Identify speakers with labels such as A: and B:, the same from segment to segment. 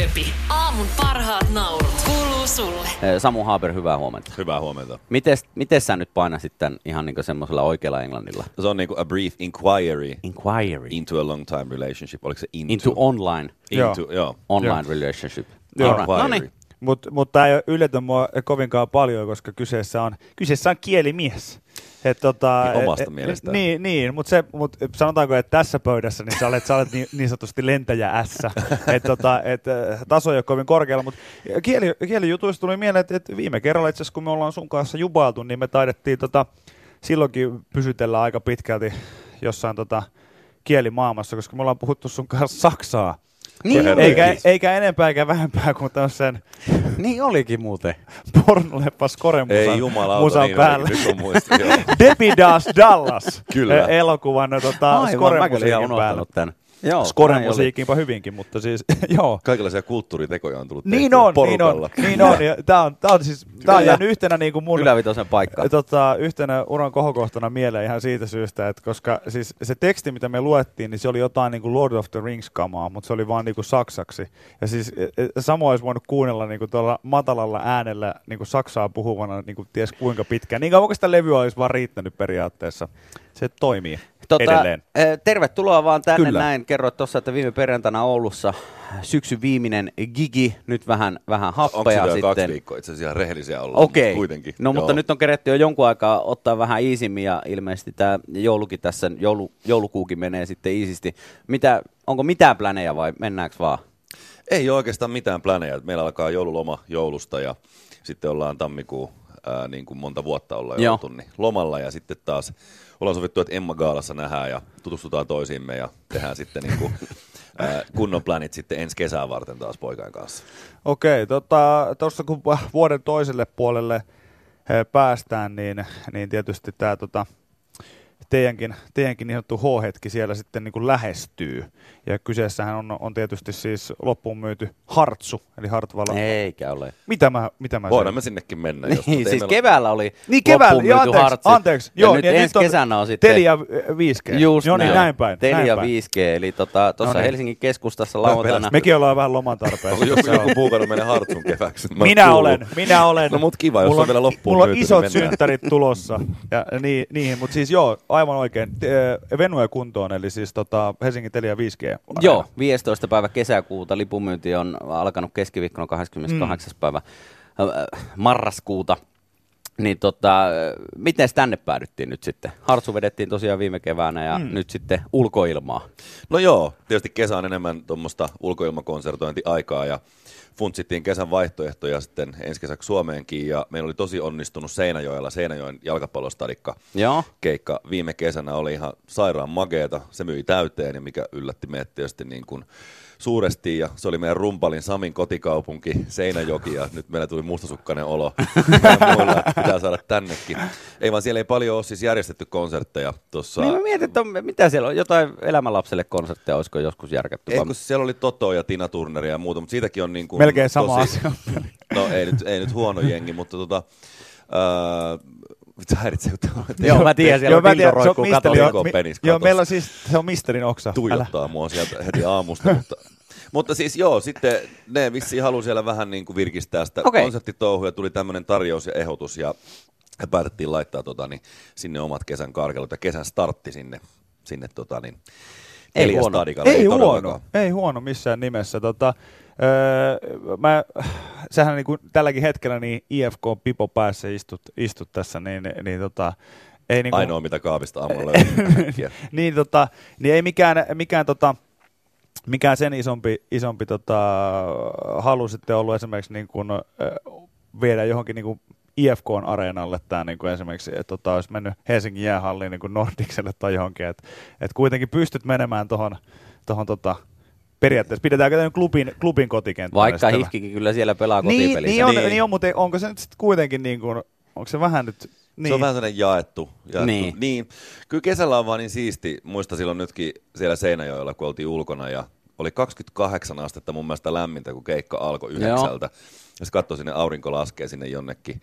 A: läpi. Aamun parhaat naurut kuuluu sulle.
B: Eh, Samu Haaber, hyvää huomenta.
C: Hyvää huomenta.
B: Miten mites sä nyt painasit tämän ihan niinku semmoisella oikealla englannilla?
C: Se on niinku a brief inquiry
B: Inquiry.
C: into a long time relationship. Oliko se into?
B: Into online.
C: into
D: Joo.
C: joo. No niin. joo.
B: Online relationship.
D: Joo.
B: Alright.
C: Inquiry.
B: Noniin.
D: Mutta mut tämä ei ole yllätä mua kovinkaan paljon, koska kyseessä on, kyseessä on kielimies. Et tota,
C: Niin omasta
D: et- et-
C: mielestään.
D: Niin, niin mutta se, mut sanotaanko, että tässä pöydässä niin sä olet, sä olet niin, niin sanotusti lentäjä S. Et, tota, et, äh, taso ei ole kovin korkealla, mutta kieli, kielijutuista tuli mieleen, että et viime kerralla itse asiassa, kun me ollaan sun kanssa jubailtu, niin me taidettiin tota, silloinkin pysytellä aika pitkälti jossain tota, kielimaailmassa, koska me ollaan puhuttu sun kanssa saksaa.
B: Niin,
C: Herra
D: Eikä,
C: Jeesus.
D: eikä enempää eikä vähempää kuin tämmöisen
B: niin olikin muuten.
D: pornoleppa skoremusan
C: Ei jumalauta,
D: musan
C: niin
D: päälle.
C: olikin. Nyt on muisti, joo.
D: Debbie Does Dallas
C: Kyllä.
D: eh, elokuvan no, tota,
B: Aivan, mä kyllä ihan
D: skoremusiikin päälle.
B: unohtanut tämän. Joo, näin oli.
D: Skoremusiikkiinpa hyvinkin, mutta siis joo.
C: Kaikenlaisia kulttuuritekoja on tullut
D: Niin
C: tehtyä
D: on, niin
C: porukalla.
D: on, niin on. ja Tää on, tää on siis, tää on
B: Kyllä.
D: jäänyt yhtenä niin kuin mun
B: Ylävitosen paikka.
D: tota, yhtenä uran kohokohtana mieleen ihan siitä syystä, että koska siis se teksti, mitä me luettiin, niin se oli jotain niin kuin Lord of the Rings-kamaa, mutta se oli vaan niin kuin saksaksi. Ja siis e, e, samoin olisi voinut kuunnella niin kuin tuolla matalalla äänellä niin kuin saksaa puhuvana niin kuin ties kuinka pitkään. Niin kauan kuin sitä levyä olisi vaan riittänyt periaatteessa. Se toimii tota, edelleen.
B: eh, Tervetuloa vaan tänne Kyllä.
D: Kyllä.
B: näin. Kerroit tuossa, että viime perjantaina Oulussa syksyn viimeinen gigi, nyt vähän, vähän
C: Onko se
B: happea
C: vielä kaksi
B: sitten.
C: viikkoa itse asiassa ihan rehellisiä olla?
B: Okei,
C: mutta Kuitenkin.
B: no mutta nyt on keretty jo jonkun aikaa ottaa vähän iisimmin ja ilmeisesti tämä joulukin tässä, joulu, joulukuukin menee sitten iisisti. Mitä, onko mitään planeja vai mennäänkö vaan?
C: Ei ole oikeastaan mitään planeja. Meillä alkaa joululoma joulusta ja sitten ollaan tammikuun, ää, niin kuin monta vuotta ollaan
B: Joo.
C: jo oltu, niin lomalla. Ja sitten taas ollaan sovittu, että Emma Gaalassa nähdään ja tutustutaan toisiimme ja tehdään sitten niin kuin, ää, kunnon planit sitten ensi kesää varten taas poikain kanssa.
D: Okei, tota, tuossa kun va- vuoden toiselle puolelle eh, päästään, niin, niin tietysti tämä tota, teidänkin, teidänkin niin sanottu H-hetki siellä sitten niin kuin lähestyy. Ja kyseessähän on, on tietysti siis loppuun myyty Hartsu, eli Hartvala.
B: Eikä ole.
D: Mitä mä, mitä mä
C: Voidaan me sinnekin mennä. No. jos,
B: Niin,
C: mutta ei
B: siis
C: meillä-
B: keväällä oli
D: Niin keväällä,
B: loppuun
D: joo,
B: myyty
D: anteeksi,
B: hartsi.
D: anteeksi.
B: Ja
D: Joo, niin,
B: nyt
D: ja nyt
B: ensi
D: on
B: kesänä on sitten
D: Telia 5G.
B: Just
D: no niin,
B: näin.
D: näin päin.
B: Telia
D: näin päin.
B: 5G, eli tota, tuossa
D: No niin.
B: Helsingin keskustassa lauantaina.
D: Mekin ollaan vähän loman tarpeessa.
C: Onko joku,
D: Se on-
C: joku puukannut meidän Hartsun keväksi? Mä
D: Minä
C: kuulun.
D: olen, minä olen.
C: No mut kiva, jos
D: Mulla
C: on vielä loppuun
D: Mulla on
C: myyty,
D: isot
C: niin mennään.
D: synttärit tulossa, ja ni, niihin, mutta siis joo, aivan oikein. T- ö, Venue kuntoon, eli siis tota Helsingin Telia 5G. -areena.
B: Joo, 15. päivä kesäkuuta. Lipunmyynti on alkanut keskiviikkona 28. Mm. päivä äh, marraskuuta. Niin tota, äh, miten tänne päädyttiin nyt sitten? Hartsu vedettiin tosiaan viime keväänä ja mm. nyt sitten ulkoilmaa.
C: No joo, tietysti kesä on enemmän tuommoista ulkoilmakonsertointiaikaa ja funtsittiin kesän vaihtoehtoja sitten ensi kesäksi Suomeenkin ja meillä oli tosi onnistunut Seinäjoella, Seinäjoen jalkapallostadikka
B: Joo.
C: keikka viime kesänä oli ihan sairaan mageeta. Se myi täyteen ja mikä yllätti meidät tietysti niin kuin suuresti. Ja se oli meidän rumpalin Samin kotikaupunki Seinäjoki ja nyt meillä tuli mustasukkainen olo. Meillä muilla, että pitää saada tännekin. Ei vaan siellä ei paljon ole siis järjestetty konsertteja
D: Tota-
C: tuossa.
B: Niin mä mietin, että on, mitä siellä on. Jotain elämänlapselle konsertteja olisiko joskus järkätty.
C: Ei,
B: vai-
C: kun siellä oli Toto ja Tina Turneria ja muuta, mutta siitäkin on niin kuin
D: Melkein sama asia.
C: No ei nyt, ei nyt huono jengi, mutta tota... Öö, vitsi, häiritsee, kun te-
B: Joo, mä tiedän, siellä
D: Joo,
B: on
D: mä tiedän,
B: dildo
D: se on
B: roikkuu
D: misteri-
B: katolla.
C: katolla.
D: mi-
C: Penis
D: Joo,
C: katossa.
D: meillä on siis, se on misterin oksa. Älä.
C: tuijottaa mua sieltä heti aamusta. Mutta, mutta siis joo, sitten ne vissiin halusi siellä vähän niin kuin virkistää sitä
B: Okei.
C: okay. konserttitouhua. ja Tuli tämmöinen tarjous ja ehdotus ja ja päätettiin laittaa tota, niin, sinne omat kesän karkelut ja kesän startti sinne. sinne tota, niin,
B: Ei
C: Elias
B: huono.
C: Stadikalle,
D: Ei huono,
C: todellakaan.
D: ei huono missään nimessä. Tota, öö, mä, sähän niin kuin tälläkin hetkellä niin IFK Pipo päässä istut, istut tässä, niin, niin tota, ei
B: Niinku-
D: niin
C: Ainoa mitä kaapista aamulla löytyy.
D: niin, tota, niin ei mikään, mikään, tota, mikään sen isompi, isompi tota, halu sitten ollut esimerkiksi niin kuin, äh, viedä johonkin niin kuin IFKn areenalle tämä niin kuin esimerkiksi, että tota, olisi mennyt Helsingin jäähalliin niin kuin Nordikselle tai johonkin, että et kuitenkin pystyt menemään tuohon tohon, tota, periaatteessa. Pidetäänkö tämä nyt klubin, klubin kotikenttänä?
B: Vaikka
D: sitten?
B: hihkikin kyllä siellä pelaa
D: Niin,
B: kotipelissä.
D: niin, on,
C: Niin.
D: niin. niin on, mutta onko se nyt sitten kuitenkin niin kuin, onko se vähän nyt... Niin.
C: Niin. Se on vähän sellainen jaettu. jaettu.
B: Niin.
C: Niin. niin. Kyllä kesällä on vaan niin siisti. Muista silloin nytkin siellä Seinäjoella, kun oltiin ulkona ja oli 28 astetta mun mielestä lämmintä, kun keikka alkoi yhdeksältä. Ja se katsoi sinne, aurinko laskee sinne jonnekin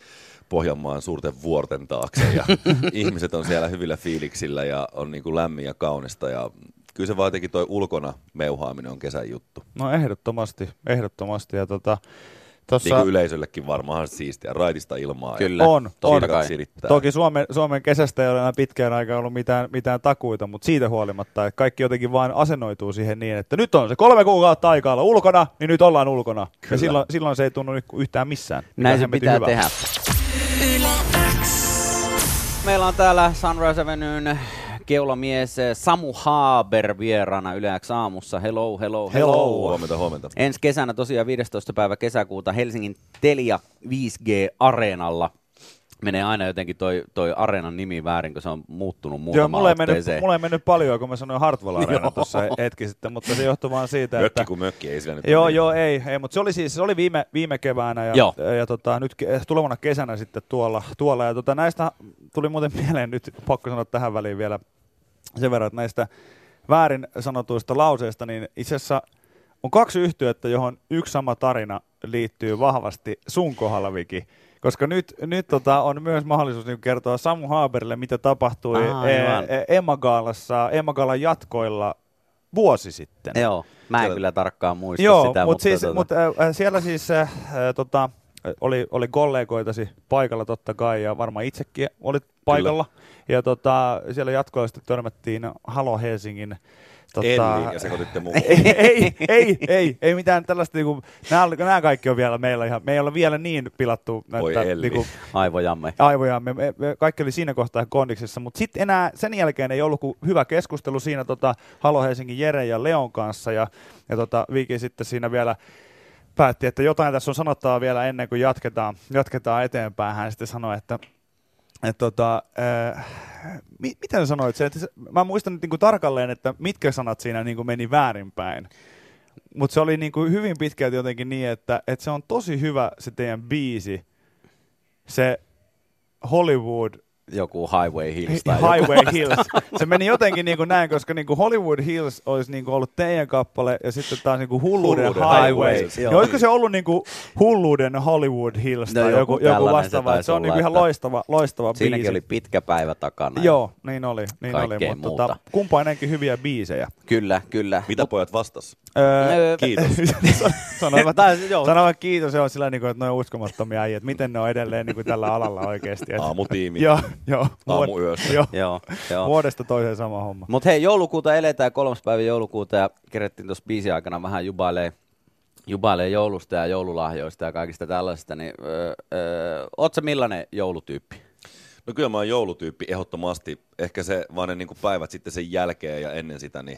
C: Pohjanmaan suurten vuorten taakse ja ihmiset on siellä hyvillä fiiliksillä ja on niin kuin lämmin ja niinku kaunista ja kyllä se vaan jotenkin toi ulkona meuhaaminen on kesän juttu.
D: No ehdottomasti, ehdottomasti. Ja tota, tossa,
C: Niin
B: Niinku
C: kuin yleisöllekin varmaan siistiä, raitista ilmaa.
B: Kyllä.
D: on,
B: totta
D: on.
B: kai.
C: Sirittää.
D: Toki Suomen, Suomen kesästä ei ole enää pitkään aikaa ollut mitään, mitään takuita, mutta siitä huolimatta, että kaikki jotenkin vaan asennoituu siihen niin, että nyt on se kolme kuukautta aikaa olla ulkona, niin nyt ollaan ulkona. Ja
C: Kyllä.
D: silloin, silloin se ei tunnu niinku yhtään missään.
B: Näin se
D: Hemmetin
B: pitää
D: hyvältä.
B: tehdä. Meillä on täällä Sunrise Avenuen keulamies eh, Samu Haaber vieraana Yle X aamussa. Hello, hello, hello.
C: Huomenta, huomenta.
B: Ensi kesänä tosiaan 15. päivä kesäkuuta Helsingin Telia 5G-areenalla. Menee aina jotenkin toi, toi areenan nimi väärin, kun se on muuttunut
D: Joo,
B: muutamaan
D: mulla ei, mennyt,
B: otteeseen.
D: mulla ei mennyt paljon, kun mä sanoin Hartwall Arena tuossa hetki sitten, mutta se johtuu vaan siitä,
C: Mökki
D: että...
C: kuin mökki, ei sillä nyt
D: Joo,
C: ole niin-
D: joo, ei, ei mutta se oli siis se oli viime, viime keväänä ja,
B: Joo.
D: ja, tota, nyt ke- tulevana kesänä sitten tuolla. tuolla ja tota, näistä tuli muuten mieleen nyt, pakko sanoa tähän väliin vielä sen verran, että näistä väärin sanotuista lauseista, niin itse asiassa on kaksi yhtyettä, johon yksi sama tarina liittyy vahvasti sun kohdalla, Viki. Koska nyt, nyt tota, on myös mahdollisuus niin kertoa Samu Haaberille, mitä tapahtui
B: Aivan.
D: eh, Emagaalassa, Emagaalan jatkoilla vuosi sitten.
B: Joo, mä en kyllä tarkkaan muista
D: Joo,
B: sitä.
D: mut siis,
B: tota-
D: mut, äh, äh, siellä siis äh, äh, tota, äh, oli, oli kollegoitasi paikalla totta kai ja varmaan itsekin olit paikalla. Kyllä. Ja tota, siellä jatkoilla sitten törmättiin Halo Helsingin... tota-
C: Elliin niin, ja sekoititte muu.
D: ei, ei, ei, ei, ei mitään tällaista, niinku, nämä, nämä kaikki on vielä meillä ihan, me ei ole vielä niin pilattu
C: Voi
D: näitä,
C: Elli.
D: niinku,
B: Aivojamme.
D: aivoja. Me, me, me, kaikki oli siinä kohtaa kondiksessa, mutta sitten enää sen jälkeen ei ollut kuin hyvä keskustelu siinä tota, Halo Helsingin Jere ja Leon kanssa ja, ja tota, Viki sitten siinä vielä päätti, että jotain tässä on sanottavaa vielä ennen kuin jatketaan, jatketaan eteenpäin. Hän sitten sanoi, että et tota, äh, mi, mitä sä sanoit? Se, että se, mä muistan nyt niinku tarkalleen, että mitkä sanat siinä niinku meni väärinpäin. Mutta se oli niinku hyvin pitkälti jotenkin niin, että et se on tosi hyvä se teidän biisi. Se Hollywood
B: Joku Highway Hills tai joku.
D: Highway Hills. Se meni jotenkin niin kuin näin, koska niin kuin Hollywood Hills olisi niin kuin ollut teidän kappale ja sitten taas niin kuin Hulluuden,
C: Hulluuden
D: Highway.
B: Highway,
D: Highway.
B: joo.
D: Niin olisiko se ollut niin kuin Hulluuden Hollywood Hills
B: No
D: tai
B: joku
D: joku, joku
B: tällainen se
D: vastaava. Se,
B: taisi
D: se on niin kuin
B: olla,
D: ihan
B: että-
D: loistava, loistava
B: Siinäkin
D: biisi.
B: oli pitkä päivä takana. ja-
D: Joo, niin oli. Niin oli
B: Kaikkea
D: mutta
B: muuta.
D: tota, kumpainenkin hyviä biisejä.
B: Kyllä, kyllä.
C: Mitä pojat vastas?
D: Öö,
C: Kiitos.
D: sanoivat,
B: Tai- joo.
D: sanoivat kiitos, se on sillä niin kuin, että ne on uskomattomia äijät. Miten ne on edelleen niin kuin tällä alalla oikeasti. että-
C: Aamutiimi.
D: Joo, joo.
C: Aamuyössä.
D: Joo,
B: Joo, joo.
D: Vuodesta toiseen sama homma.
B: Mutta hei, joulukuuta eletään kolmas päivä joulukuuta ja kerettiin tuossa biisin aikana vähän jubailee, jubailee joulusta ja joululahjoista ja kaikista tällaista, niin öö, öö, oot sä millainen joulutyyppi?
C: No kyllä mä oon joulutyyppi ehdottomasti. Ehkä se vaan ne niinku päivät sitten sen jälkeen ja ennen sitä, niin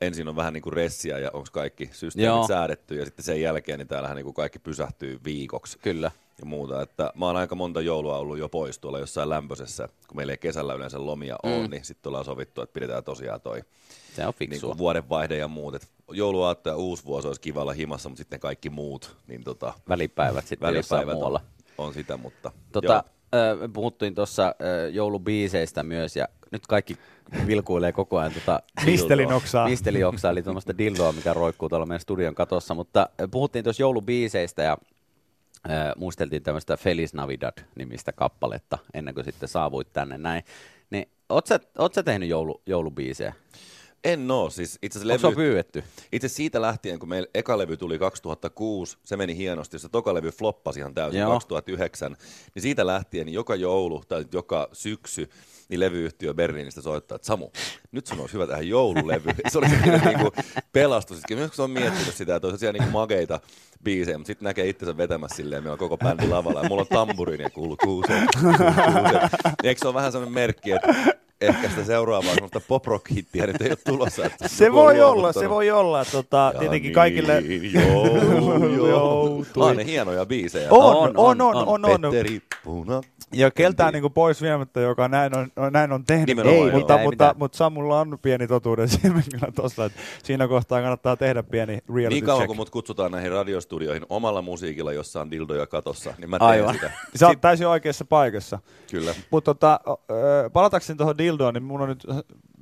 C: ensin on vähän niinku ressiä ja onko kaikki systeemit
B: Joo.
C: Joo. säädetty ja sitten sen jälkeen niin täällähän niinku kaikki pysähtyy viikoksi.
B: Kyllä.
C: ja muuta. Että mä oon aika monta joulua ollut jo pois tuolla jossain lämpöisessä, kun meillä ei kesällä yleensä lomia ole, niin sitten ollaan sovittu, että pidetään tosiaan toi
B: Se on
C: niin
B: fiksua.
C: kuin vuodenvaihde ja muut. Et jouluaatto ja uusi vuosi olisi kiva olla himassa, mutta sitten kaikki muut, niin tota,
B: Välipäivät sitten jossain
C: välipäivät
B: muualla.
C: on, on, sitä, mutta
B: Tota, öö, puhuttiin tuossa öö, joulubiiseistä myös ja nyt kaikki vilkuilee koko ajan tota
D: Mistelinoksaa.
B: Mistelioksaa, eli tuommoista dildoa, mikä roikkuu tuolla meidän studion katossa. Mutta ö, puhuttiin tuossa joulubiiseistä ja ö, muisteltiin tämmöistä Feliz Navidad-nimistä kappaletta ennen kuin sitten saavuit tänne näin. Niin, oot sä, oot sä tehnyt joulu, joulubiisejä?
C: joo. en oo, siis itse
B: Onko se
C: asiassa
B: on
C: levy,
B: pyydetty?
C: itse siitä lähtien, kun meillä eka levy tuli 2006, se meni hienosti, se toka levy floppasi ihan täysin
B: Joo.
C: 2009, niin siitä lähtien niin joka joulu tai nyt joka syksy, niin levyyhtiö Berliinistä soittaa, että Samu, nyt sun olisi hyvä tehdä joululevy. Se oli semmoinen niinku pelastus. Sitten Myös kun se on miettinyt sitä, että on sellaisia niinku mageita biisejä, mutta sitten näkee itsensä vetämässä silleen, meillä on koko bändi lavalla ja mulla on tamburiini ja kuuluu kuuse. Eikö se ole vähän semmoinen merkki, että ehkä sitä seuraavaa semmoista pop rock hittiä nyt ei ole tulossa. että
D: Se
C: joku on
D: voi olla, se
C: luovuttanut.
D: voi olla. Tota,
C: Ja
D: tietenkin
C: niin,
D: kaikille...
C: Jou,
D: Joutui.
C: joutui. Ah, ne hienoja biisejä.
D: On, on, on, on, on, on.
C: Petteri Puna.
D: Ja keltään niin pois viemättä, joka näin on, on- näin on tehnyt.
C: Nimenomaan,
D: Ei,
C: joo.
D: mutta,
B: Ei
D: mutta,
B: mitään.
D: mutta Samulla on pieni totuuden siemen kyllä tossa, että siinä kohtaa kannattaa tehdä pieni reality
C: Niin kauan
D: check.
C: kun mut kutsutaan näihin radiostudioihin omalla musiikilla, jossa on dildoja katossa, niin mä teen
B: Aivan.
C: sitä.
D: Sä oot täysin oikeassa paikassa.
C: Kyllä.
D: Mutta tota, ö, palatakseni tuohon dildoon, niin mun on nyt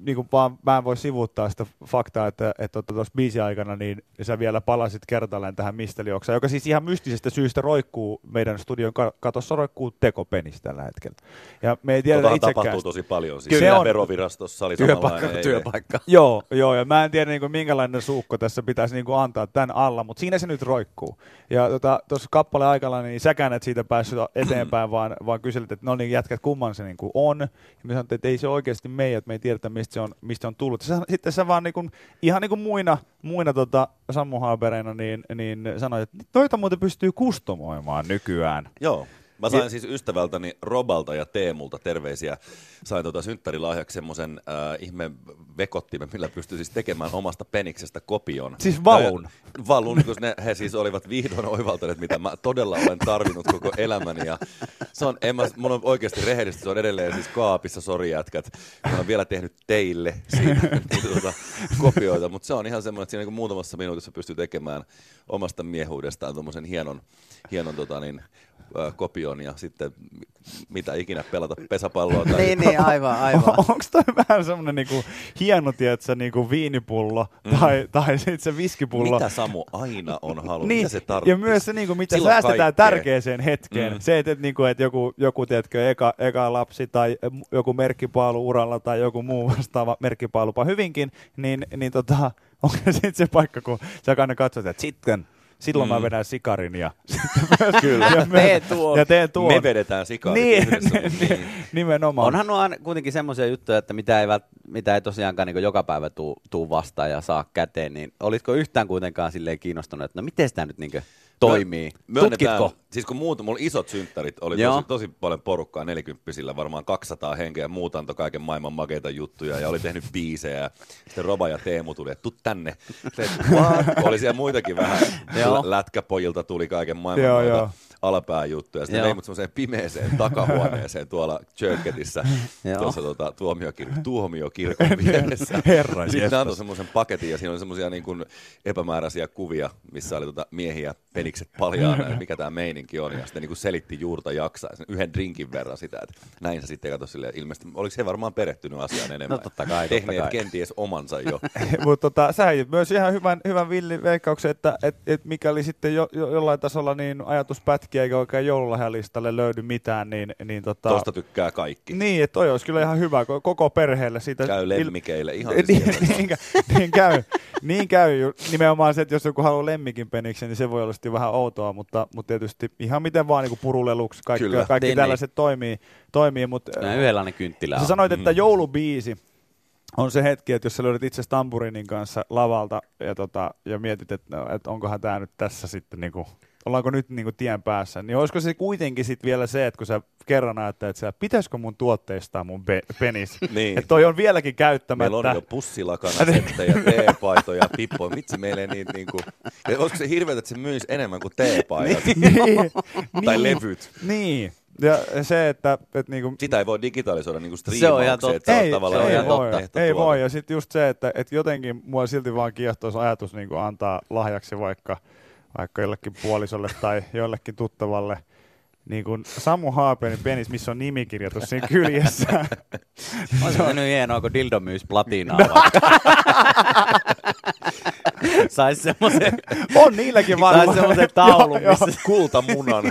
D: niin kuin vaan, mä en voi sivuuttaa sitä faktaa, että että tuossa että biisin aikana niin sä vielä palasit kertalleen tähän mistelioksa, joka siis ihan mystisestä syystä roikkuu meidän studion ka- katossa, roikkuu tekopenis tällä hetkellä. Ja me ei tiedä
C: Tota
D: itsekään.
C: tapahtuu tosi paljon. Siis
D: Kyllä.
C: Kyllä
D: Se on-
C: on. verovirastossa oli
B: Työpaikka
C: samanlainen. ei-
B: työpaikka.
D: Joo, joo, ja mä en tiedä niin kuin, minkälainen suukko tässä pitäisi niin kuin, antaa tämän alla, mutta siinä se nyt roikkuu. Ja tuossa tota, kappaleen aikana niin säkään et siitä päässyt eteenpäin, vaan, vaan kyselit, että no niin jätkät kumman se niin kuin, on. Ja mä sanoin, että ei se oikeasti meidät, me ei tiedetä mistä se on, mistä on tullut. Sä, sitten sä vaan niin kuin, ihan niin kuin muina, muina tota, Sammu Haabereina niin, niin sanoit, että noita muuten pystyy kustomoimaan nykyään.
C: Joo. Mä sain siis ystävältäni Robalta ja Teemulta terveisiä. Sain tuota synttärilahjaksi semmoisen äh, ihme vekottimen, millä pystyi siis tekemään omasta peniksestä kopion.
D: Siis valun.
C: Ja- Valun, kun ne, he siis olivat vihdoin oivaltaneet, mitä mä todella olen tarvinnut koko elämäni. Ja se on, en mä, mulla on oikeasti rehellisesti, se on edelleen siis kaapissa, sori jätkät. Mä oon vielä tehnyt teille siitä tuota, kopioita, mutta se on ihan semmoinen, että siinä niin muutamassa minuutissa pystyy tekemään omasta miehuudestaan tuommoisen hienon, hienon tota niin, ö, kopion ja sitten mi- mitä ikinä pelata pesäpalloa tai
B: Niin, niin, aivan, aivan.
D: Onko toi vähän semmoinen niinku hieno, tiedätkö, niinku viinipullo tai, tai sitten se viskipullo?
C: mitä Samu aina on halunnut,
D: Niin,
C: mitä se tarvitsisi.
D: ja myös se, niin kuin, mitä
C: Silloin
D: säästetään
C: kaikkea.
D: tärkeäseen hetkeen. Mm. Se, että, että, niin kuin, että joku, joku tiedätkö, eka, eka lapsi tai mm, joku merkkipaalu uralla tai joku muu vastaava merkkipaalupa hyvinkin, niin, niin tota, onko sitten se paikka, kun sä aina katsot, että sitten, silloin mm. mä vedän sikarin ja sitten myös, Kyllä. Ja,
B: Tee tuon.
D: ja teen tuon.
C: Me vedetään sikaarit
D: niin,
C: yhdessä.
D: niin, nimenomaan.
B: Onhan nuo aina kuitenkin semmoisia juttuja, että mitä ei, vält, mitä ei tosiaankaan niin joka päivä tuu, tuu vastaan ja saa käteen, niin olitko yhtään kuitenkaan silleen kiinnostunut, että no miten tämä nyt niin toimii?
C: Myönnetään-
B: Tutkitko?
C: Siis kun muut, mulla isot synttärit oli
B: Joo.
C: tosi, tosi, paljon porukkaa, nelikymppisillä varmaan 200 henkeä, ja muut antoi kaiken maailman makeita juttuja ja oli tehnyt biisejä. ja Sitten Roba ja Teemu tuli, että tuu tänne. Sitten, "What?" oli siellä muitakin vähän.
B: Joo.
C: Lätkäpojilta tuli kaiken maailman
D: Joo,
C: joo, noita
D: joo.
C: joo. alapääjuttuja. Sitten
B: Joo.
C: joo. vei mut semmoiseen pimeeseen takahuoneeseen tuolla Churketissä,
B: Joo.
C: tuossa tota, tuomiokir- tuomiokirkon vieressä.
D: Herra
C: Sitten ne
D: jestas.
C: antoi semmoisen paketin ja siinä oli semmoisia niin kuin epämääräisiä kuvia, missä oli tota miehiä penikset paljaana ja mikä tämä meininki on. Ja sitten niin kuin selitti juurta jaksaa sen yhden drinkin verran sitä, että näin se sitten katsoi silleen. Ilmeisesti, oliko se varmaan perehtynyt asiaan enemmän?
B: No totta kai, totta
C: Tehneet
B: kai.
C: kenties omansa jo.
D: Mutta tota, sä heitit myös ihan hyvän, hyvän villin veikkauksen, että et, et mikäli sitten jo, jo, jollain tasolla niin ajatuspätkiä eikä oikein joululahjalistalle löydy mitään, niin, niin tota...
C: Tosta tykkää kaikki.
D: Niin, että toi olisi kyllä ihan hyvä ko- koko perheelle. Siitä
C: Käy
D: il-
C: lemmikeille ihan siis
D: niin,
C: siellä.
D: niin, kä- niin, käy. Niin käy. ju- Nimenomaan se, että jos joku haluaa lemmikin peniksen, niin se voi olla sitten vähän outoa, mutta, mutta tietysti ihan miten vaan niin puruleluksi kaikki,
C: Kyllä.
D: kaikki
B: Niin,
D: tällaiset toimii. toimii mutta,
B: Nää Yhdenlainen kynttilä
D: Sä
B: on.
D: sanoit,
C: Mm.
D: että joulubiisi on se hetki, että jos sä löydät itse tamburinin kanssa lavalta ja, tota, ja mietit, että, no, että onkohan tämä nyt tässä sitten, niinku, ollaanko nyt niinku tien päässä, niin olisiko se kuitenkin sitten vielä se, että kun sä kerran ajattelet, että sä, pitäisikö mun tuotteistaa mun pe- penis,
C: Niin.
D: että toi on vieläkin käyttämättä.
C: Meillä on jo pussilakana settejä, teepaitoja, pippoja. Mitsi meillä ei niitä niinku... Ja olisiko se hirveetä, että se myisi enemmän kuin teepaidat?
D: niin,
C: Tai levyt.
D: Niin. Ja se, että, että niinku,
C: Sitä ei voi digitalisoida niinku
B: Se on ihan
C: striimaukseksi,
B: totta.
C: että sä oot
D: ei,
C: tavallaan
D: ei,
C: ihan
D: voi,
C: totta
D: ei
C: ehtotuote.
D: voi. Ja sitten just se, että et jotenkin mua silti vaan kiehtoisi ajatus niin antaa lahjaksi vaikka, vaikka jollekin puolisolle tai jollekin tuttavalle niin kuin Samu Haapenin penis, missä on nimikirjoitus siinä kyljessä.
B: On se nyt hienoa, kun dildo myys platinaa. vaikka. Saisi semmoisen
D: on niilläkin varmaan.
B: sais semmoisen taulun,
D: Joo, joo.
B: missä...
C: kultamunan.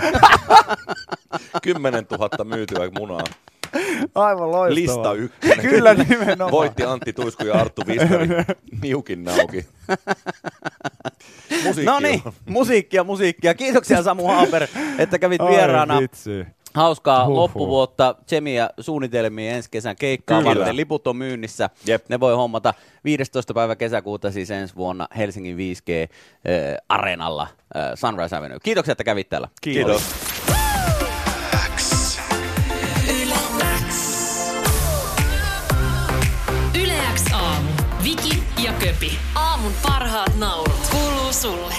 C: 10 000 myytyä munaa.
D: Aivan loistavaa.
C: Lista ykkönen.
D: Kyllä nimenomaan.
C: Voitti Antti Tuisku ja Arttu Viskari. Niukin nauki. Musiikki
B: No niin,
C: on.
B: musiikkia, musiikkia. Kiitoksia Samu Haaper, että kävit vieraana.
D: Ai vitsi.
B: Hauskaa
D: Huhhuh.
B: loppuvuotta. Tsemiä suunnitelmia ensi kesän keikkaa
C: Kyllä.
B: varten. Liput on myynnissä.
C: Jep.
B: Ne voi hommata 15. päivä kesäkuuta siis ensi vuonna Helsingin 5G äh, Areenalla äh, Sunrise Avenue. Kiitoksia, että kävit täällä.
C: Kiitos.
A: Yle X aamu. Viki ja Köpi. Aamun parhaat naurut. Kuuluu sulle.